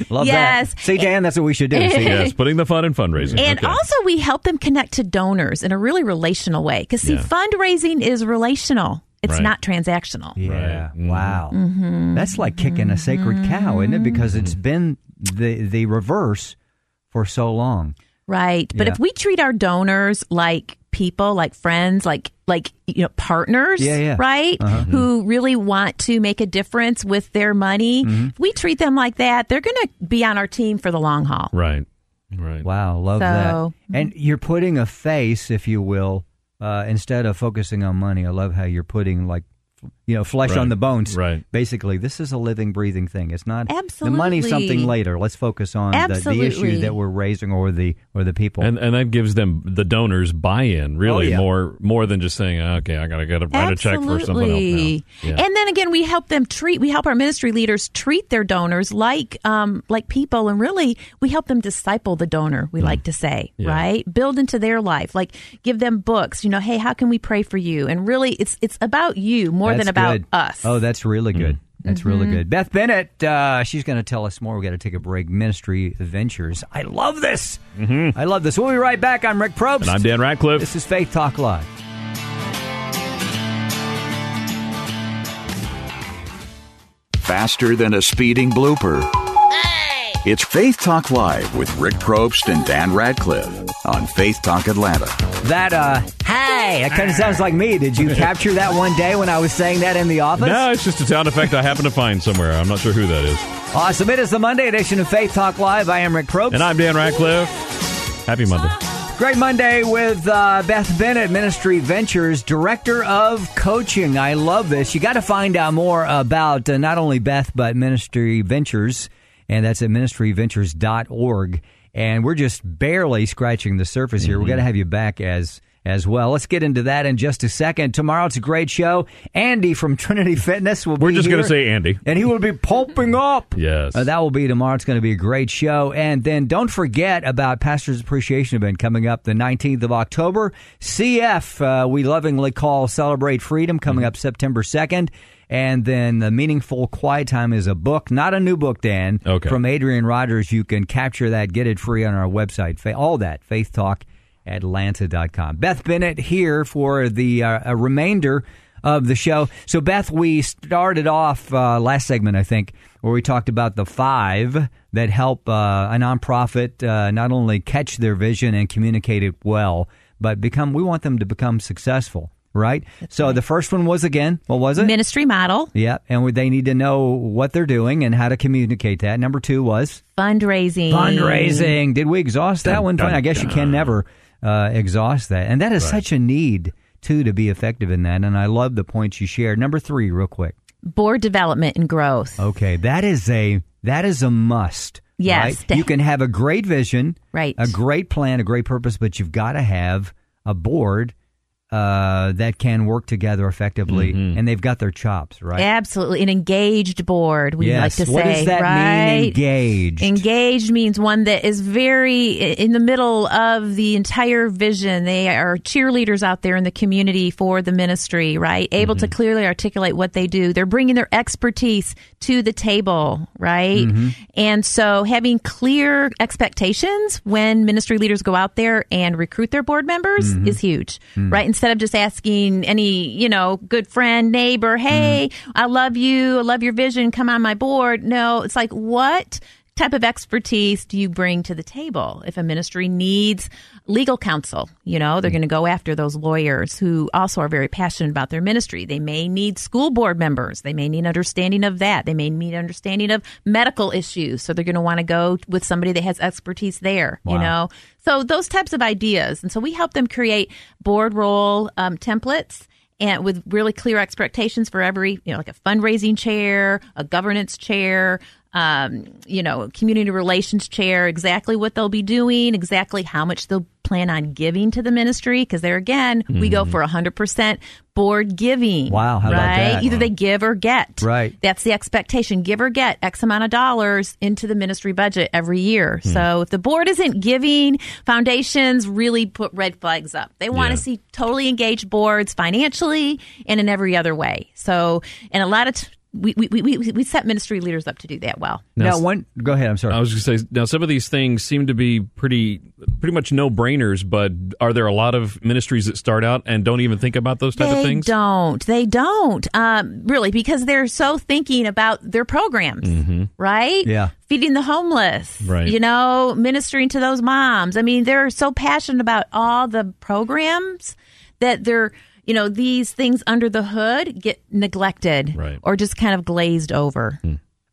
S4: Love
S8: Yes.
S4: that. See, Dan, that's what we should do. See?
S5: yes, putting the fun in fundraising.
S8: And
S5: Okay.
S8: also, we help them connect to donors in a really relational way. Because, see,
S5: Yeah.
S8: fundraising is relational, it's
S5: Right.
S8: not transactional.
S4: Yeah.
S5: Right. Mhm.
S4: Wow.
S8: Mm-hmm.
S4: That's like kicking a sacred cow, isn't it? Because it's
S5: Mm-hmm.
S4: been the the reverse for so long.
S8: Right. But
S4: Yeah.
S8: if we treat our donors like people, like friends, like like you know partners,
S4: Yeah, Uh-huh. Mm-hmm. yeah.
S8: right? Who really want to make a difference with their money.
S4: Mm-hmm.
S8: If we treat them like that, they're going to be on our team for the long haul.
S5: right, right.
S4: Wow, love
S8: So- mm-hmm.
S4: that. And you're putting a face, if you will, uh, instead of focusing on money. I love how you're putting like, you know, flesh on
S5: Right,
S4: the bones.
S5: right.
S4: Basically, this is a living, breathing thing. It's not the money's something
S8: Absolutely.
S4: later. Let's focus on the, the issue
S8: Absolutely.
S4: that we're raising or the or the people.
S5: And and that gives them the donors buy-in really
S4: Oh, yeah.
S5: more more than just saying "Ah, okay I gotta gotta write a check for something else
S8: Absolutely.
S5: now. Yeah.
S8: And then again, we help them treat. We help our ministry leaders treat their donors like um, like people, and really, we help them disciple the donor. We like to say,
S5: Yeah.
S8: right? Build into their life, like give them books. You know, hey, how can we pray for you? And really, it's it's about you more
S4: That's
S8: than about
S4: good.
S8: us. Mm-hmm.
S4: Oh, that's really good. That's really good. Beth Bennett, uh, she's going to tell us more. we got to take a break. Ministry Ventures. I love this. Mm-hmm. I love this. We'll be right back. I'm Rick Probst.
S5: And I'm Dan Ratcliffe.
S8: <laughs>
S4: This is Faith Talk Live.
S3: Faster than a speeding blooper. It's Faith Talk Live with Rick Probst and Dan Radcliffe on Faith Talk Atlanta.
S4: That uh hey, that kind of sounds like me.
S5: <laughs>
S4: Did you capture that one day when I was saying that in the office?
S5: No, it's just a sound effect I happen to find somewhere. I'm not sure who that is.
S4: Awesome. It is the Monday edition of Faith Talk Live. I am Rick Probst.
S5: And I'm Dan Ratcliffe. Happy Monday.
S4: Great Monday with uh, Beth Bennett, Ministry Ventures, Director of Coaching. I love this. You got to find out more about uh, not only Beth, but Ministry Ventures, and that's at ministryventures.org. And we're just barely scratching the surface
S5: Mm-hmm.
S4: here. We're going to have you back as as well. Let's get into that in just a second. Tomorrow it's a great show. Andy from <laughs> Trinity Fitness will
S5: We're
S4: be
S5: just
S4: going
S5: gonna say Andy.
S4: and he will be pulping up.
S5: Yes.
S4: Uh, that will be tomorrow. It's going to be a great show. And then don't forget about Pastor's Appreciation Event coming up the 19th of
S5: Mm-hmm.
S4: October. CF, uh, we lovingly call Celebrate Freedom, coming up September 2nd. And then The Meaningful Quiet Time is a book, not a new book, Dan,
S5: Okay.
S4: from Adrian Rogers. You can capture that, get it free on our website. Fa- All that, faithtalkatlanta.com. Beth Bennett here for the uh, a remainder of the show. So, Beth, we started off uh, last segment, I think, where we talked about the five that help uh, a nonprofit uh, not only catch their vision and communicate it well, but become. we want them to become successful. Right. so the first one was again, what was it?
S8: Ministry model,
S4: Yeah, and we- they need to know what they're doing and how to communicate that. Number two was
S8: fundraising.
S4: fundraising. Did we exhaust that one? I guess you can never uh, exhaust that, and that is such a need too to be effective in that. And I love the points you shared. Number three, real quick.
S8: Board development and growth.
S4: Okay, that is a that is a must.
S8: Yes.
S4: right? you can have a great vision,
S8: Right.
S4: A great plan, a great purpose, but you've got to have a board uh, that can work together effectively,
S5: Mm-hmm.
S4: and they've got their chops, right?
S8: Absolutely. An engaged board, we
S4: yes.
S8: like to
S4: what
S8: say.
S4: does that
S8: right?
S4: mean? Engaged.
S8: Engaged means one that is very i- in the middle of the entire vision. They are cheerleaders out there in the community for the ministry, right? Able to clearly articulate what they do. They're bringing their expertise to the table, right? And so having clear expectations when ministry leaders go out there and recruit their board members is huge, right? Instead of just asking any, you know, good friend, neighbor, hey, I love you, I love your vision, come on my board. No, it's like, what? type of expertise do you bring to the table if a ministry needs legal counsel you know they're going to go after those lawyers who also are very passionate about their ministry they may need school board members they may need understanding of that they may need understanding of medical issues so they're going to want to go with somebody that has expertise there you know so those types of ideas and so we help them create board role um, templates and with really clear expectations for every, you know, like a fundraising chair, a governance chair, um, you know, community relations chair, exactly what they'll be doing, exactly how much they'll plan on giving to the ministry. Because there again, we go for 100% board giving.
S4: Mm-hmm. Wow, how
S8: right?
S4: about that?
S8: Either they give or get.
S4: Right.
S8: That's the expectation. Give or get X amount of dollars into the ministry budget every year. So if the board isn't giving, foundations really put red flags up. They want
S5: Yeah.
S8: to see totally engaged boards financially and in every other way. So, and a lot of, t- we, we, we, we we set ministry leaders up to do that well.
S4: Now, one. Go ahead. I'm sorry.
S5: I was going to say now some of these things seem to be pretty pretty much no brainers, but are there a lot of ministries that start out and don't even think about those type
S8: they
S5: of things?
S8: don't. They don't. Um, really, because they're so thinking about their programs, right?
S4: Yeah.
S8: Feeding the homeless,
S5: Mm-hmm. Right.
S8: You know, ministering to those moms. I mean, they're so passionate about all the programs that they're, you know, these things under the hood get neglected
S5: Right.
S8: or just kind of glazed over.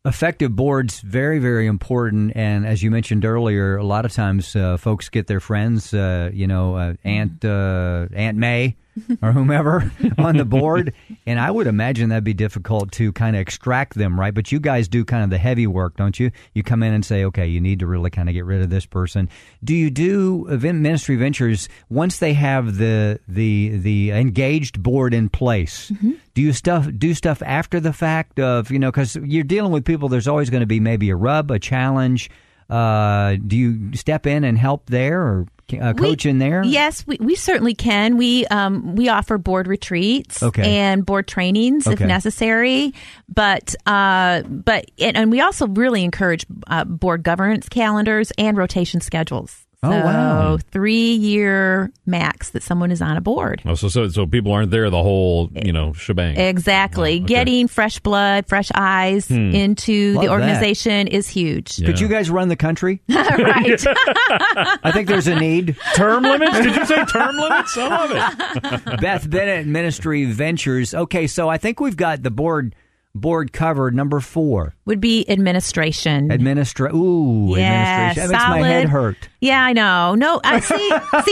S4: effective boards very very important and as you mentioned earlier a lot of times uh, folks get their friends uh, you know uh, aunt uh, aunt may or whomever <laughs> on the board and i would imagine that'd be difficult to kind of extract them right but you guys do kind of the heavy work don't you you come in and say okay you need to really kind of get rid of this person do you do event ministry ventures once they have the the the engaged board in place
S8: Mm-hmm.
S4: do you stuff do stuff after the fact of you know because you're dealing with people? There's always going to be maybe a rub, a challenge. Uh, do you step in and help there or uh,
S8: We-
S4: coach in there?
S8: Yes, we, we certainly can. We um, we offer board retreats
S4: Okay.
S8: and board trainings
S4: Okay.
S8: if necessary. But uh, but and, and we also really encourage uh, board governance calendars and rotation schedules.
S4: Oh, wow.
S8: Three year max that someone is on a board.
S5: Oh, so, so so people aren't there the whole you know shebang.
S8: Exactly. Getting fresh blood, fresh eyes into
S4: Hmm. Love
S8: the
S4: that.
S8: organization is huge.
S4: Could you guys run the country?
S8: <laughs> right.
S4: I think there's a need.
S5: term limits? Did you say term limits? I love it.
S4: Beth Bennett, Ministry Ventures. Okay, so I think we've got the board board covered. Number four,
S8: Would be administration.
S4: administra. Ooh,
S8: Yeah,
S4: administration. That makes my head
S8: solid.
S4: hurt.
S8: Yeah, I know. No, I see. see,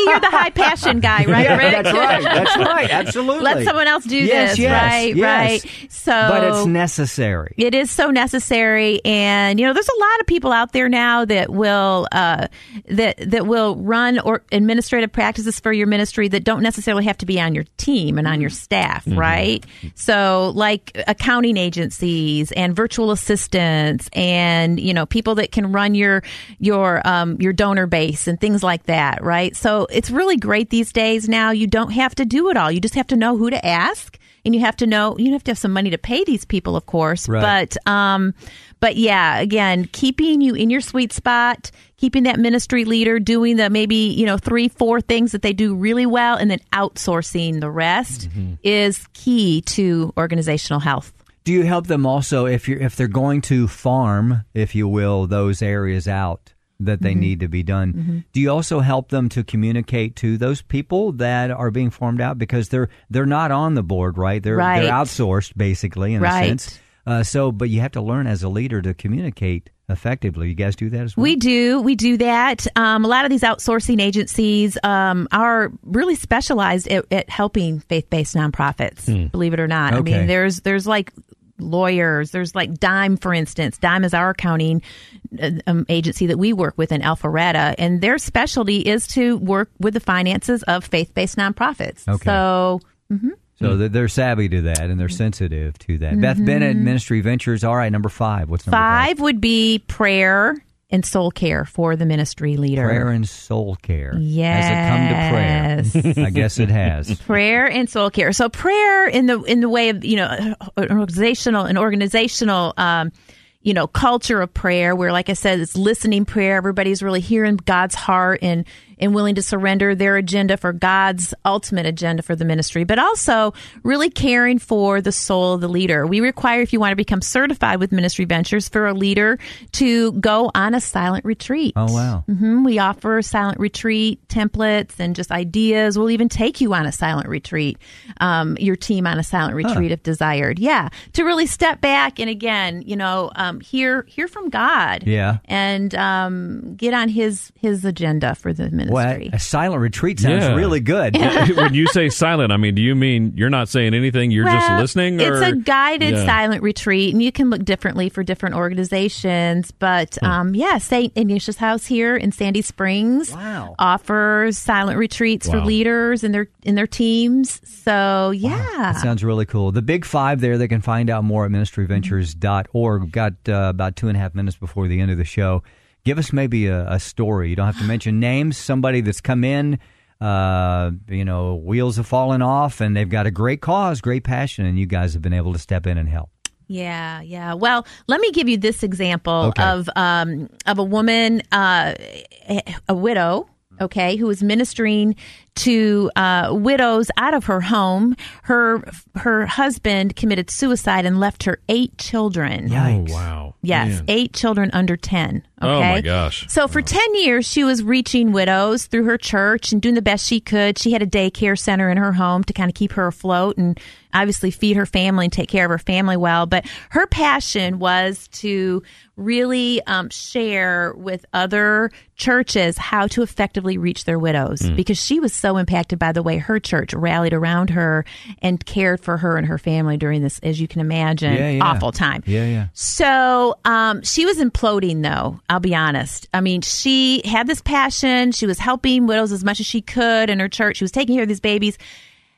S8: you're the high passion guy,
S4: <laughs>
S8: right, Rick?
S4: That's right. That's right. Absolutely.
S8: <laughs> Let someone else do
S4: Yes,
S8: this,
S4: yes,
S8: right?
S4: yes.
S8: Right. So,
S4: But it's necessary.
S8: it is so necessary, and you know, there's a lot of people out there now that will uh, that that will run or administrative practices for your ministry that don't necessarily have to be on your team and on your staff, right? So, like accounting agencies and virtual assistants and you know people that can run your your um, your donor base and things like that, right? So it's really great these days. Now you don't have to do it all. You just have to know who to ask, and you have to know you have to have some money to pay these people, of course.
S4: Right.
S8: But um, but yeah, again, keeping you in your sweet spot. Keeping that ministry leader doing the maybe, you know, three, four things that they do really well and then outsourcing the rest is key to organizational health.
S4: Do you help them also if you're if they're going to farm, if you will, those areas out that
S8: Mm-hmm.
S4: they need to be done? Do you also help them to communicate to those people that are being farmed out because they're they're not on the board, right? They're
S8: Right.
S4: they're outsourced basically in
S8: Right.
S4: a sense. Uh, so, but you have to learn as a leader to communicate effectively. You guys do that as well.
S8: We do. We do that. Um, a lot of these outsourcing agencies um, are really specialized at, at helping faith-based nonprofits. Believe it or not, I
S4: Hmm. Okay.
S8: mean, there's there's like lawyers. There's like Dime, for instance. Dime is our accounting uh, um, agency that we work with in Alpharetta, and their specialty is to work with the finances of faith-based nonprofits.
S4: Okay.
S8: So
S4: so
S8: Hmm.
S4: they're- they're savvy to that and they're sensitive to that. Beth Bennett, Ministry Ventures. All right, number five. What's number five?
S8: Mm-hmm. five would be prayer and soul care for the ministry leader.
S4: Prayer and soul care. Has
S8: Yes.
S4: it come to prayer? <laughs> I guess it has.
S8: prayer and soul care. So prayer in the in the way of you know an organizational an organizational um, you know culture of prayer, where like I said, it's listening prayer. Everybody's really hearing God's heart and and willing to surrender their agenda for God's ultimate agenda for the ministry, but also really caring for the soul of the leader. We require if you want to become certified with Ministry Ventures for a leader to go on a silent retreat.
S4: Oh,
S8: <laughs>
S4: wow.
S8: hmm We offer silent retreat templates and just ideas. We'll even take you on a silent retreat, um, your team on a silent retreat if desired. Yeah, to really step back and again, you know, um, hear hear from God.
S4: Yeah.
S8: and um, get on His His agenda for the
S4: Well,
S8: ministry.
S4: a silent retreat sounds
S5: Yeah.
S4: really good.
S5: when you say silent, I mean, do you mean you're not saying anything? You're just
S8: Well,
S5: listening? Or?
S8: It's a guided
S5: Yeah.
S8: silent retreat, and you can look differently for different organizations. But um, yeah, St. Ignatius House here in Sandy Springs
S4: Wow.
S8: offers silent retreats
S5: Wow.
S8: for leaders and their and their teams. So yeah,
S4: That sounds really cool. The big five there, they can find out more at ministryventures.org. We've got uh, about two and a half minutes before the end of the show. Give us maybe a, a story. You don't have to mention names, somebody that's come in, uh, you know, wheels have fallen off, and they've got a great cause, great passion, and you guys have been able to step in and help.
S8: Yeah, yeah. Well, let me give you this example
S4: Okay.
S8: of um, of a woman, uh, a widow, okay, who was ministering to uh, widows out of her home. Her her husband committed suicide and left her eight children.
S5: Oh, wow.
S8: Yes,
S5: Man.
S8: eight children under 10. Okay?
S5: Oh, my gosh.
S8: So for 10 years, she was reaching widows through her church and doing the best she could. She had a daycare center in her home to kind of keep her afloat and obviously feed her family and take care of her family well. But her passion was to really um, share with other churches how to effectively reach their widows
S5: Hmm.
S8: because she was so impacted by the way her church rallied around her and cared for her and her family during this, as you can imagine,
S4: Yeah, yeah.
S8: awful time.
S4: Yeah, yeah.
S8: So um, she was imploding, though. I'll be honest. I mean, she had this passion. She was helping widows as much as she could in her church. She was taking care of these babies,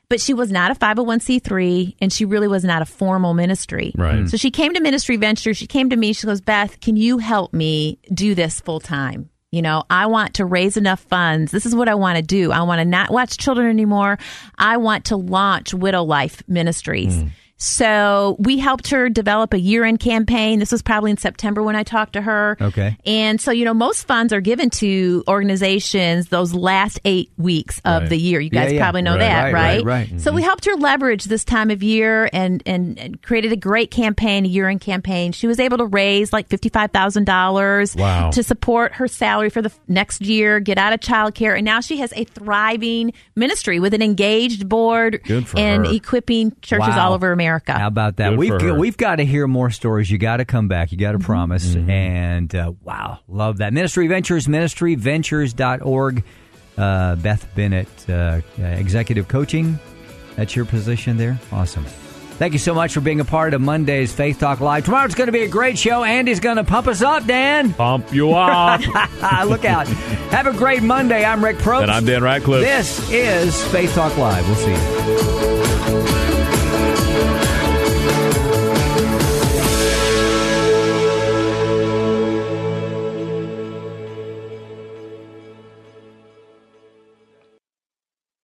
S8: but she was not a 501c3, and she really was not a formal ministry.
S5: Right.
S8: So she came to Ministry Venture. She came to me. She goes, Beth, can you help me do this full time? You know, I want to raise enough funds. This is what I want to do. I want to not watch children anymore. I want to launch Widow Life Ministries.
S4: Hmm.
S8: So we helped her develop a year end campaign. This was probably in September when I talked to her.
S4: Okay.
S8: And so, you know, most funds are given to organizations those last eight weeks of
S5: Right.
S8: the year. You
S4: Yeah,
S8: guys
S4: yeah.
S8: probably know
S4: Right,
S8: that,
S4: right,
S8: right?
S4: right, right.
S8: So we helped her leverage this time of year and, and, and created a great campaign, a year-end campaign. She was able to raise like fifty-five thousand dollars
S5: Wow.
S8: to support her salary for the f- next year, get out of childcare, and now she has a thriving ministry with an engaged board
S5: Good for
S8: and
S5: her.
S8: equipping churches
S4: Wow.
S8: all over America.
S4: How about that?
S5: Good
S4: we've
S5: for her.
S4: we've got to hear more stories. You got to come back. You got to promise.
S5: Mm-hmm.
S4: And uh, wow, love that. Ministry Ventures, ministryventures.org. Uh, Beth Bennett, uh, uh, executive coaching. That's your position there. Awesome. Thank you so much for being a part of Monday's Faith Talk Live. Tomorrow's going to be a great show. Andy's going to pump us up, Dan.
S5: Pump you
S8: <laughs>
S5: up.
S4: Ah, Look
S5: <laughs>
S4: out. Have a great Monday. I'm Rick Probst.
S5: and I'm Dan Radcliffe.
S4: This is Faith Talk Live. We'll see you.
S2: Ooh.